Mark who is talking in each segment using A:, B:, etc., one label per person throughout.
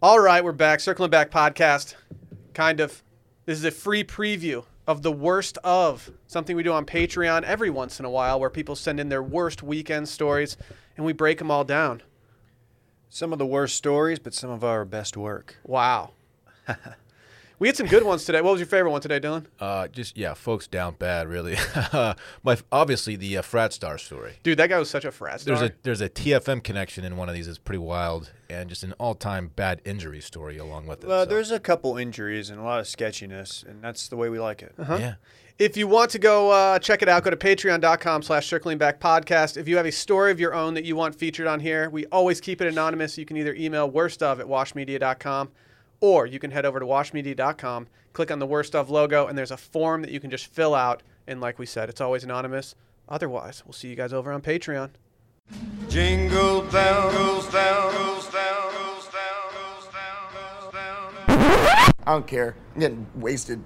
A: All right, we're back. Circling Back podcast, kind of. This is a free preview of the worst of something we do on Patreon every once in a while, where people send in their worst weekend stories, and we break them all down.
B: Some of the worst stories, but some of our best work.
A: Wow. we had some good ones today. What was your favorite one today, Dylan?
C: Uh, just yeah, folks down bad, really. My obviously the uh, frat star story.
A: Dude, that guy was such a frat star.
C: There's a there's a TFM connection in one of these that's pretty wild, and just an all time bad injury story along with it.
B: Well,
C: so,
B: there's a couple injuries and a lot of sketchiness, and that's the way we like it.
C: yeah.
A: If you want to go uh, check it out, go to patreon.com slash circling back podcast. If you have a story of your own that you want featured on here, we always keep it anonymous. You can either email worst of at washmedia.com or you can head over to washmedia.com, click on the worst of logo, and there's a form that you can just fill out. And like we said, it's always anonymous. Otherwise, we'll see you guys over on Patreon.
D: Jingle bell goes down, goes down, goes down, goes down, goes down.
E: I don't care. I'm getting wasted.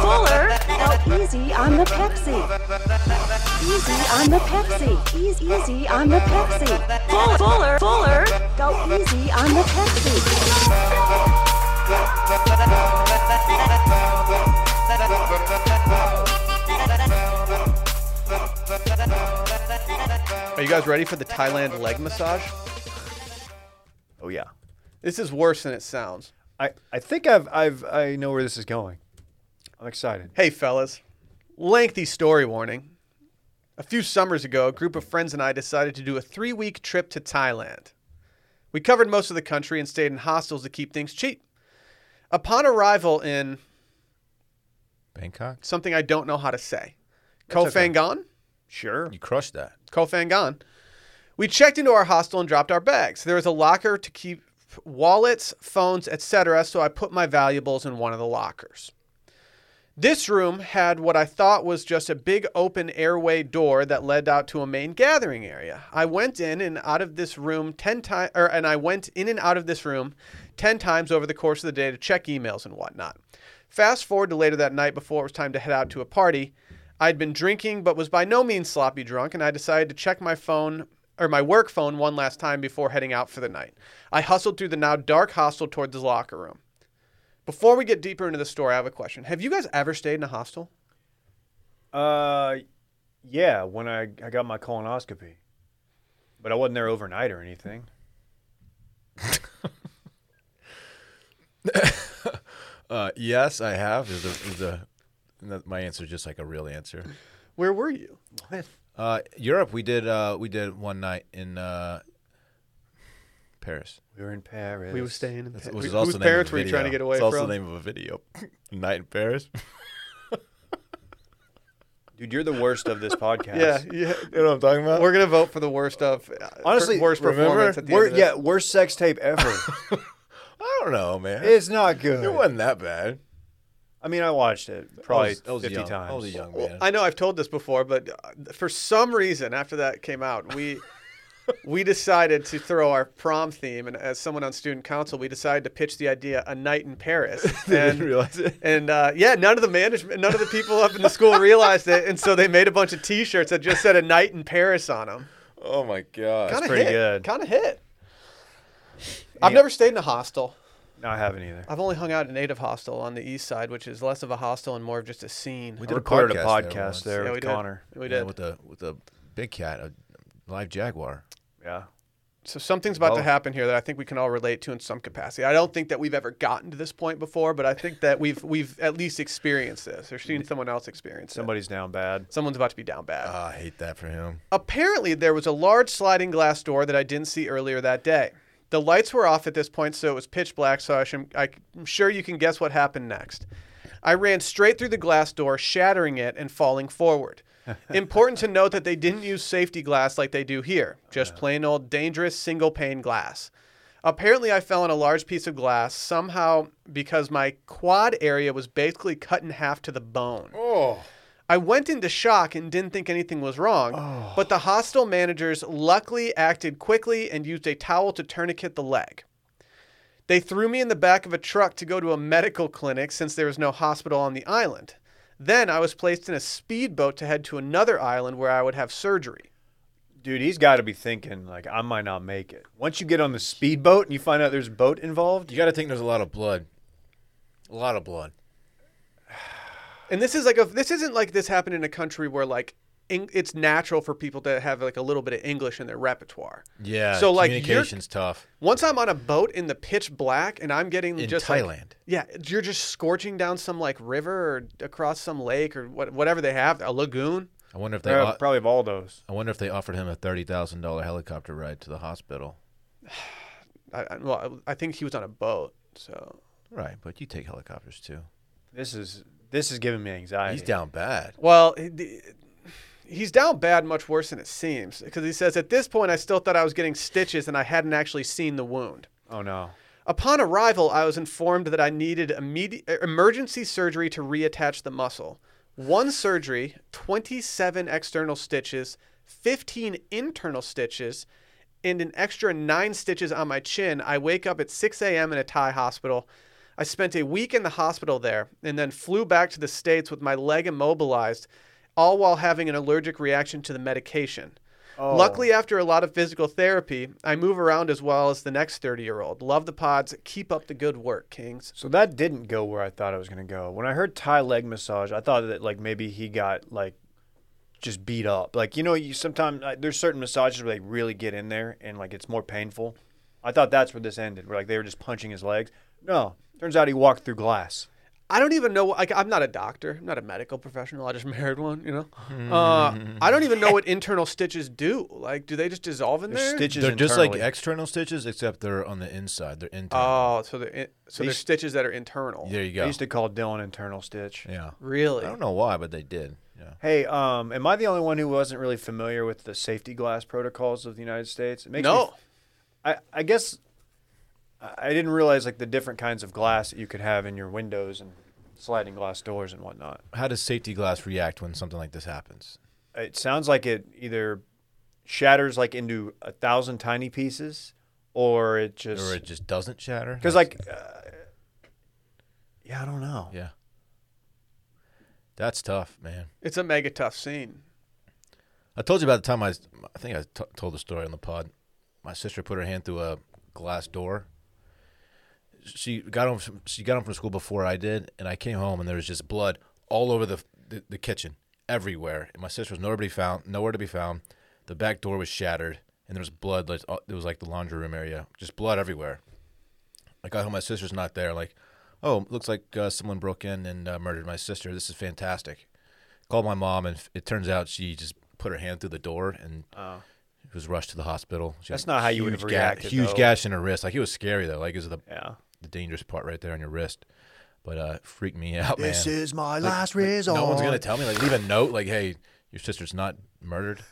F: Fuller felt easy on the Pepsi. Easy on the Pepsi. Easy, easy on the Pepsi. Full, fuller, fuller, go easy on the Pepsi.
A: Are you guys ready for the Thailand leg massage?
B: Oh yeah.
A: This is worse than it sounds.
B: I, I think I've I've I know where this is going. I'm excited.
A: Hey, fellas. Lengthy story warning. A few summers ago, a group of friends and I decided to do a three week trip to Thailand. We covered most of the country and stayed in hostels to keep things cheap. Upon arrival in
C: Bangkok.
A: something I don't know how to say, Koh
B: That's okay.
A: Phangan?
B: Sure.
C: You crushed that.
A: Koh Phangan. We checked into our hostel and dropped our bags. There was a locker to keep wallets, phones, etc., so I put my valuables in one of the lockers. This room had what I thought was just a big open airway door that led out to a main gathering area. I went in and out of this room 10 times or and I went in and out of this room 10 times over the course of the day to check emails and whatnot. Fast forward to later that night before it was time to head out to a party. I'd been drinking but was by no means sloppy drunk and I decided to check my phone or my work phone one last time before heading out for the night. I hustled through the now dark hostel toward the locker room. Before we get deeper into the story, I have a question. Have you guys ever stayed in a hostel?
B: Uh, yeah. When I I got my colonoscopy, but I wasn't there overnight or anything.
C: Uh, yes, I have. Is a, is a and that- my answer is just like a real answer.
A: Where were you?
C: Uh, Europe, we did uh, we did one night in uh, Paris.
B: We were in Paris.
A: We were staying in
C: That's-
A: Pa-
C: which
A: who-
C: is
A: Whose
C: also the name of
A: parents
C: a
A: were you trying to
C: video.
A: get away
C: it's also
A: from?
C: the name of a video. Night in Paris.
B: Dude, you're the worst of this podcast.
A: yeah, yeah.
C: you know what I'm talking about?
A: We're gonna vote for the worst of
B: Honestly,
A: for worst
B: remember?
A: performance at the
B: Wor-
A: end of
B: yeah,
A: this.
B: worst sex tape ever.
C: I don't know, man.
B: it's not good.
C: it wasn't that bad.
B: I mean, I watched it probably
C: I was- I was
B: 50
C: young.
B: times.
C: I was a young
A: Well,
C: man.
A: I know I've told this before, but uh, for some reason after that came out, we we decided to throw our prom theme, and as someone on student council, we decided to pitch the idea a night in Paris. and,
C: realize it.
A: And uh, yeah, none of the management, none of the people up in the school realized it, and so they made a bunch of T-shirts that just said "A Night in Paris" on them.
C: Oh my god.
A: Kind of
B: pretty
A: hit.
B: good.
A: Kind of hit. I've never stayed in a hostel.
B: No, I haven't either.
A: I've only hung out in a native hostel on the east side, which is less of a hostel and more of just a scene.
C: We
B: I
C: did a
B: recorded a
C: podcast there
B: podcast
C: once.
B: there,
A: Yeah, we
B: with
A: did.
B: Connor.
A: We
C: Yeah,
A: did.
C: with a with a big cat, a live jaguar.
B: Yeah.
A: So something's about to
B: Well-
A: happen here that I think we can all relate to in some capacity. I don't think that we've ever gotten to this point before, but I think that we've we've at least experienced this or seen someone else experience it.
B: Somebody's down bad.
A: Someone's about to be down bad.
C: Ah, I hate that for him.
A: Apparently, there was a large sliding glass door that I didn't see earlier that day. The lights were off at this point, so it was pitch black, so I should, I'm sure you can guess what happened next. I ran straight through the glass door, shattering it and falling forward. Important to note that they didn't use safety glass like they do here, just plain old dangerous single pane glass. Apparently, I fell on a large piece of glass somehow because my quad area was basically cut in half to the bone. I went into shock and didn't think anything was wrong,
C: Oh.
A: but the hostel managers luckily acted quickly and used a towel to tourniquet the leg. They threw me in the back of a truck to go to a medical clinic since there was no hospital on the island. Then I was placed in a speedboat to head to another island where I would have surgery.
B: dude, he's got to be thinking like, I might not make it. Once you get on the speedboat and you find out there's a boat involved,
C: You got to think there's a lot of blood. A lot of blood.
A: And this is like a this isn't like this happened in a country where like Eng- it's natural for people to have like a little bit of English in their repertoire.
C: Yeah.
A: So like you're-
C: communication's tough.
A: once I'm on a boat in the pitch black and I'm getting
C: In
A: just like-
C: Thailand.
A: yeah, you're just scorching down some like river or across some lake or what, whatever they have, a lagoon.
C: I wonder if they.
B: they
C: o-
B: probably have all those.
C: I wonder if they offered him a thirty thousand dollar helicopter ride to the hospital.
A: I, I, well, I think he was on a boat, so
C: Right, but you take helicopters too.
B: This is this is giving me anxiety.
C: He's down bad.
A: Well, he- the- he's down bad much worse than it seems because he says, At this point, I still thought I was getting stitches and I hadn't actually seen the wound.
B: Oh no.
A: Upon arrival, I was informed that I needed immediate, er, emergency surgery to reattach the muscle. One surgery, 27 external stitches, 15 internal stitches, and an extra nine stitches on my chin. I wake up at 6 a.m. in a Thai hospital. I spent a week in the hospital there and then flew back to the States with my leg immobilized, all while having an allergic reaction to the medication.
C: Oh.
A: Luckily, after a lot of physical therapy, I move around as well as the next 30 year old. Love the pods. Keep up the good work, Kings.
B: So that didn't go where I thought it was going to go. When I heard Thai leg massage, I thought that like maybe he got like just beat up. Like you know, you sometimes like, there's certain massages where they really get in there and like it's more painful. I thought that's where this ended, where like they were just punching his legs. No, turns out he walked through glass.
A: I don't even know. Like, I'm not a doctor. I'm not a medical professional. I just married one, you know? Uh, I don't even know what internal stitches do. Like, do they just dissolve in
B: There's
A: there?
B: stitches.
C: They're just like
B: internally.
C: external stitches, except they're on the inside. They're internal.
A: Oh, so, they're in, so there's
B: These-
A: stitches that are internal.
C: there you
B: I
C: go.
B: used to call Dylan internal stitch.
C: yeah.
A: Really?
C: I don't know why, but they did. Yeah.
B: Hey, um, am I the only one who wasn't really familiar with the safety glass protocols of the United States? It makes me
A: No.
B: I, I guess I I didn't realize like the different kinds of glass that you could have in your windows and sliding glass doors and whatnot.
C: How does safety glass react when something like this happens?
B: It sounds like it either shatters like into a thousand tiny pieces, or it
C: Or
B: just
C: it just doesn't shatter?
B: because
C: That's-
B: like uh, yeah, I don't know.
C: Yeah. That's tough, man.
A: It's a mega tough scene.
C: I told you about the time I, was- I think I t- told the story on the pod. My sister put her hand through a glass door. She got home. From, she got home from school before I did, and I came home and there was just blood all over the the, the kitchen, everywhere. And my sister was nowhere to be found. Nowhere to be found. The back door was shattered, and there was blood. Like uh, it was like the laundry room area, just blood everywhere. I got home. My sister's not there. Like, oh, looks like uh, someone broke in and uh, murdered my sister. This is fantastic. Called my mom, and f- it turns out she just put her hand through the door and was rushed to the hospital. She had
B: Oh. That's not how you would
C: huge
B: have
C: ga-
B: reacted,
C: huge
B: though.
C: gash in her wrist. Like it was scary though. Like it was the
B: Yeah.
C: the dangerous part right there on your wrist. But uh, it freaked me out, man.
B: This is my last
C: no
B: resort.
C: one's gonna tell me. Like leave a note. Like hey, your sister's not murdered.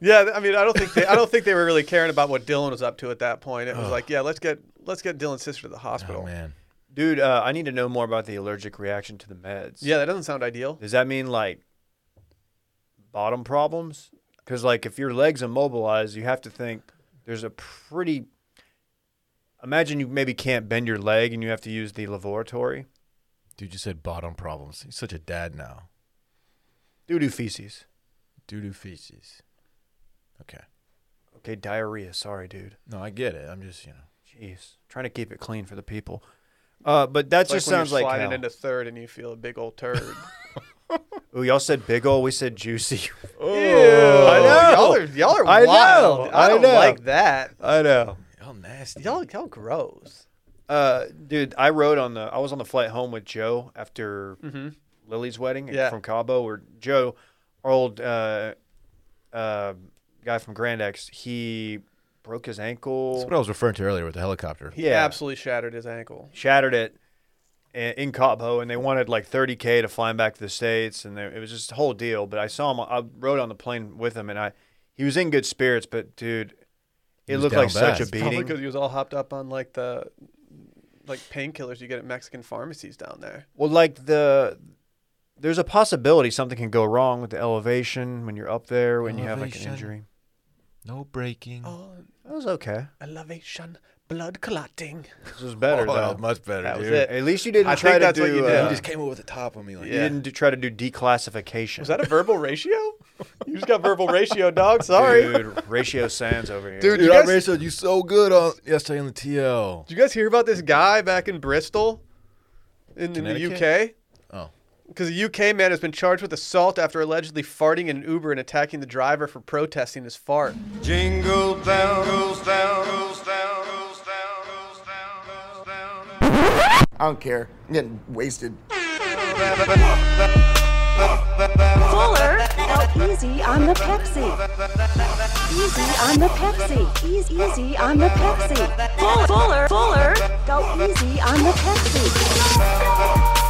A: Yeah, I mean, I don't think they, I don't think they were really caring about what Dylan was up to at that point. It was like, yeah, let's get let's get Dylan's sister to the
C: Oh
A: hospital.
C: man,
B: Dude, uh, I need to know more about the allergic reaction to the meds.
A: yeah, that doesn't sound ideal.
B: Does that mean like bottom problems? Because like if your legs immobilized, you have to think there's a pretty. Imagine you maybe can't bend your leg and you have to use the laboratory.
C: dude, you said bottom problems. He's such a dad now.
B: Doo doo feces.
C: Doo doo feces. Okay.
B: Okay, diarrhea. Sorry, dude.
C: No, I get it. I'm just, you know.
B: Jeez, trying to keep it clean for the people. Uh, but that
A: It's
B: just
A: like when
B: sounds
A: you're
B: like
A: sliding
B: hell.
A: into third and you feel a big old turd.
B: Ooh, y'all said big ol', we said juicy.
A: Oh,
B: I know.
A: Y'all are, y'all are
B: I know.
A: wild. I
B: I
A: don't
B: know.
A: like that.
B: I know.
C: Y'all nasty.
A: Y'all, y'all gross.
B: Uh, dude, I rode on the. I was on the flight home with Joe after Lily's wedding
A: Yeah.
B: from Cabo. Where Joe, our old uh, uh, guy from Grand X, he broke his ankle.
C: That's what I was referring to earlier with the helicopter.
A: He absolutely shattered his ankle.
B: shattered it in, in Cabo, and they wanted like 30k to fly him back to the states, and they, it was just a whole deal. But I saw him. I rode on the plane with him, and I he was in good spirits, but dude, it
C: was
B: looked
C: down
B: like
C: bad.
B: such a
C: It's
A: Probably
B: beating.
A: because he was all hopped up on like the like painkillers you get at Mexican pharmacies down there.
B: Well, like the there's a possibility something can go wrong with the elevation when you're up there when you have like an
C: Elevation.
B: injury.
C: No braking. Oh,
B: That was okay.
A: Elevation, blood clotting.
B: This was better
A: Oh,
C: that was
B: though.
C: much better,
A: That was
C: dude.
A: it.
B: At least you didn't
A: I
B: try
A: think
B: to
A: that's
B: do.
A: what you did.
B: uh,
A: You
C: Just came over the top on me like
B: you didn't do, try to do declassification.
A: Was that a verbal ratio? You just got verbal ratio, dog. Sorry. Did
B: Dude, ratio sands over here.
A: Dude,
C: Dude,
A: you
C: our
A: guys-
C: ratio, you so good on yesterday on the TL.
A: you guys hear about this guy back in Bristol, in, in the UK?
C: Connecticut? Oh,
A: Because a UK man has been charged with assault after allegedly farting in an Uber and attacking the driver for protesting his fart.
D: Jingle bell goes down, goes down, goes down, goes down, goes down, goes down.
E: I don't care. I'm getting wasted.
F: Fuller, go easy on the Pepsi. Easy on the Pepsi. Easy, easy on the Pepsi. Fuller, Fuller, Fuller, go easy on the Pepsi.